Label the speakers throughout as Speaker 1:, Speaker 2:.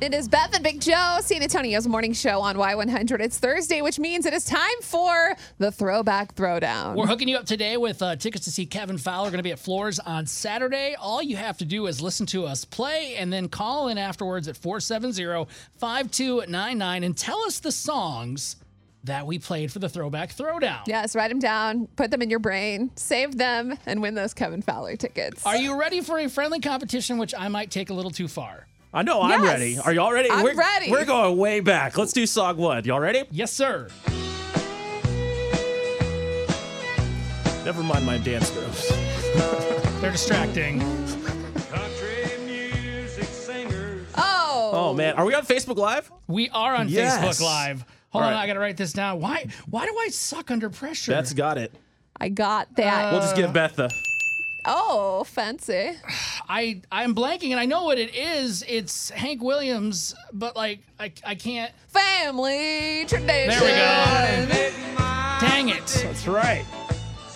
Speaker 1: It is Beth and Big Joe, San Antonio's morning show on Y100. It's Thursday, which means it is time for the Throwback Throwdown.
Speaker 2: We're hooking you up today with uh, tickets to see Kevin Fowler going to be at Floors on Saturday. All you have to do is listen to us play and then call in afterwards at 470-5299 and tell us the songs that we played for the Throwback Throwdown.
Speaker 1: yes, write them down, put them in your brain, save them, and win those Kevin Fowler tickets.
Speaker 2: Are you ready for a friendly competition, which I might take a little too far?
Speaker 3: I know I'm
Speaker 1: Yes.
Speaker 3: ready. Are y'all ready?
Speaker 1: I'm
Speaker 3: we're,
Speaker 1: ready.
Speaker 3: We're going way back. Let's do song one. Y'all ready?
Speaker 2: Yes, sir.
Speaker 3: Never mind my dance moves.
Speaker 2: They're distracting.
Speaker 4: Country music singers.
Speaker 1: oh,
Speaker 3: Oh man, are we on Facebook Live?
Speaker 2: We are on
Speaker 3: Yes.
Speaker 2: Facebook Live. Hold
Speaker 3: All
Speaker 2: on,
Speaker 3: right.
Speaker 2: I got to write this down. Why? Why do I suck under pressure?
Speaker 3: That's got it.
Speaker 1: I got that.
Speaker 2: Uh,
Speaker 3: We'll just give Beth the.
Speaker 1: oh, fancy.
Speaker 2: I I'm blanking, and I know what it is. It's Hank Williams, but like I I can't.
Speaker 1: Family tradition.
Speaker 2: There we go.
Speaker 4: My
Speaker 2: Dang it.
Speaker 3: That's right.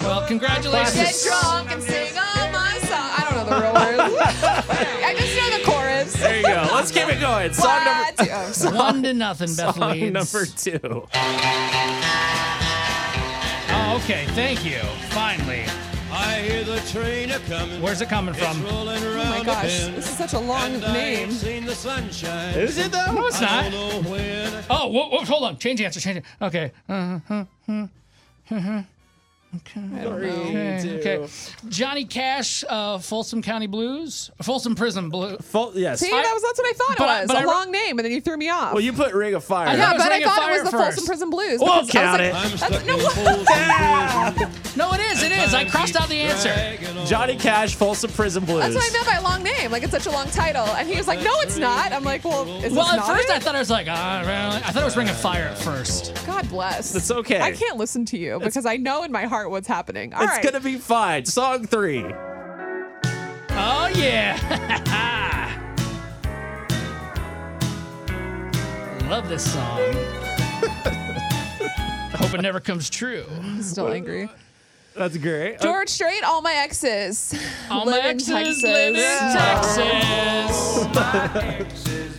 Speaker 2: Well,
Speaker 1: Get
Speaker 2: congratulations.
Speaker 1: drunk and sing all my songs. I don't know the real words. I just know the chorus. Oh
Speaker 3: There you go. Let's keep it going. Song number
Speaker 1: One, two.
Speaker 2: One to nothing, Beth
Speaker 3: song
Speaker 2: leads.
Speaker 3: number two.
Speaker 2: Oh, okay. Thank you. Finally.
Speaker 4: I hear the train a coming.
Speaker 2: Where's it coming from?
Speaker 4: It's rolling
Speaker 1: Oh my
Speaker 4: around a
Speaker 1: gosh,
Speaker 4: bend.
Speaker 1: this is such a long
Speaker 4: And I ain't
Speaker 1: name.
Speaker 4: seen the sunshine.
Speaker 3: Is it though?
Speaker 2: No, it's
Speaker 4: I
Speaker 2: not.
Speaker 4: don't know when.
Speaker 2: Oh, whoa, whoa, hold on. Change the answer. Change it. Okay. Uh, huh, huh, huh, Okay. Okay. Johnny Cash, uh, Folsom County Blues, Folsom Prison Blues.
Speaker 3: Full, yes.
Speaker 1: See, that was that's what I thought
Speaker 2: But I-
Speaker 1: it was.
Speaker 2: but
Speaker 1: a
Speaker 2: I-
Speaker 1: long name, and then you threw me off.
Speaker 3: well, you put Ring of Fire.
Speaker 2: I
Speaker 1: yeah,
Speaker 2: thought it was
Speaker 1: but I
Speaker 2: Ring of
Speaker 1: thought it was
Speaker 2: Fire
Speaker 1: the Folsom
Speaker 2: first.
Speaker 1: Prison Blues. because I
Speaker 3: We'll
Speaker 1: was
Speaker 3: count
Speaker 1: like,
Speaker 3: it.
Speaker 4: I'm
Speaker 1: That's-
Speaker 4: stuck
Speaker 1: no,
Speaker 4: in
Speaker 1: what?
Speaker 4: Folsom Prison.
Speaker 2: No, it is. It is. I crossed out the answer.
Speaker 4: Dragging on.
Speaker 3: Johnny Cash, Folsom Prison Blues.
Speaker 1: That's what I meant by long name. Like it's such a long title, and he was like, "No, it's not." I'm like, "Well, is
Speaker 2: Well,
Speaker 1: this
Speaker 2: at
Speaker 1: not
Speaker 2: first
Speaker 1: it?
Speaker 2: I thought I was like, ah, really? I thought it was Ring of Fire at first.
Speaker 1: God bless.
Speaker 3: It's okay.
Speaker 1: I can't listen to you because I know in my heart what's happening. All
Speaker 3: It's
Speaker 1: right.
Speaker 3: gonna be fine. Song three.
Speaker 2: Oh yeah. Love this song. Hope it never comes true.
Speaker 1: I'm still angry.
Speaker 3: Uh, That's great.
Speaker 1: George Strait, all my exes.
Speaker 2: All
Speaker 1: live
Speaker 2: my
Speaker 1: in
Speaker 2: exes
Speaker 1: Texas.
Speaker 2: live in Texas.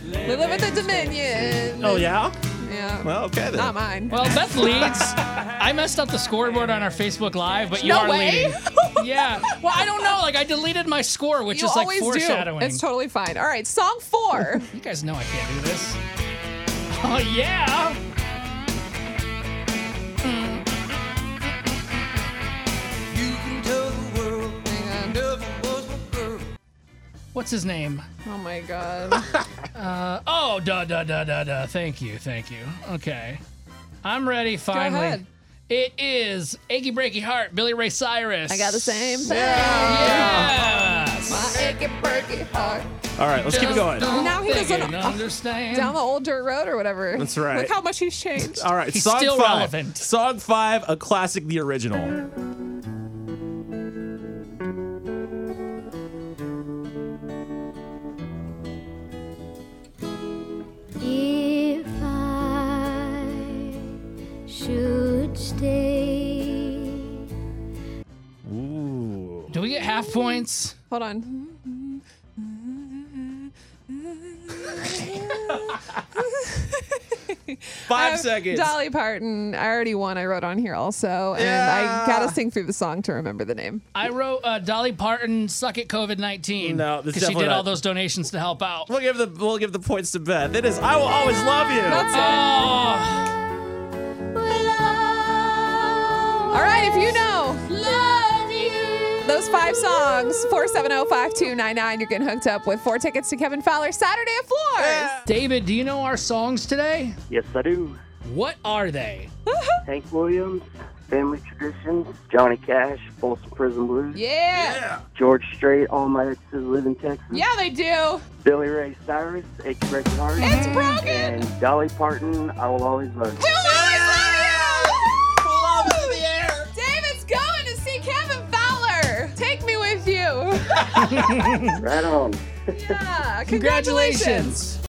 Speaker 1: They live in the Dominion.
Speaker 3: Oh yeah.
Speaker 1: Yeah.
Speaker 3: Well, okay then.
Speaker 1: not mine.
Speaker 2: Well, Beth leads. I messed up the scoreboard on our Facebook Live, but you
Speaker 1: No
Speaker 2: are
Speaker 1: way.
Speaker 2: leading. Yeah. Well, I don't know. Like I deleted my score, which
Speaker 1: you
Speaker 2: is like
Speaker 1: always do.
Speaker 2: foreshadowing.
Speaker 1: It's totally fine. All right, song four.
Speaker 2: you guys know I can't do this. Oh yeah.
Speaker 4: You can tell the world I never was a girl.
Speaker 2: What's his name?
Speaker 1: Oh my god.
Speaker 2: Oh, da da da da da. Thank you, thank you. Okay, I'm ready. Finally,
Speaker 1: ahead.
Speaker 2: it is "Achy Breaky Heart" Billy Ray Cyrus.
Speaker 1: I got the same thing.
Speaker 2: Yes.
Speaker 1: My achy breaky heart.
Speaker 3: All right. Let's keep going.
Speaker 2: Don't
Speaker 1: Now he
Speaker 2: think
Speaker 1: doesn't-
Speaker 2: it, understand.
Speaker 1: Down the old dirt road or whatever.
Speaker 3: That's right. Uh,
Speaker 1: Look how much he's changed.
Speaker 3: All right.
Speaker 2: He's
Speaker 3: song
Speaker 2: still
Speaker 3: five.
Speaker 2: relevant.
Speaker 3: Song five, a classic, the original.
Speaker 5: If I should stay,
Speaker 3: Ooh.
Speaker 2: Do we get half points?
Speaker 1: Hold on.
Speaker 3: Five
Speaker 1: Uh,
Speaker 3: seconds.
Speaker 1: Dolly Parton. I already won. I wrote on here also. And I
Speaker 3: Yeah.
Speaker 1: gotta sing through the song to remember the name.
Speaker 2: I wrote uh, Dolly Parton "Suck It COVID 19"
Speaker 3: No, that's
Speaker 2: because she
Speaker 3: definitely
Speaker 2: did
Speaker 3: not-
Speaker 2: all those donations to help out.
Speaker 3: We'll give the we'll give the points to Beth. It is I will always love you.
Speaker 1: That's it.
Speaker 2: Oh,
Speaker 5: will I
Speaker 1: All right, if you know
Speaker 5: love you?
Speaker 1: those five songs, oh, 470-5299, you're getting hooked up with four tickets to Kevin Fowler Saturday at Floors.
Speaker 2: David, do you know our songs today?
Speaker 6: Yes, I do.
Speaker 2: What are they?
Speaker 6: Hank Williams, Family Traditions, Johnny Cash, Folsom Prison Blues,
Speaker 1: Yeah.
Speaker 6: George Strait, All My Exes Live in Texas,
Speaker 1: yeah. they do.
Speaker 6: Billy Ray Cyrus, Ache Breaking Heart,
Speaker 1: It's broken.
Speaker 6: and Dolly Parton, I Will Always Love You.
Speaker 1: We'll always love you. David's going to see Kevin Fowler. Take me with you.
Speaker 6: Right on.
Speaker 1: Yeah. Congratulations.
Speaker 2: Congratulations.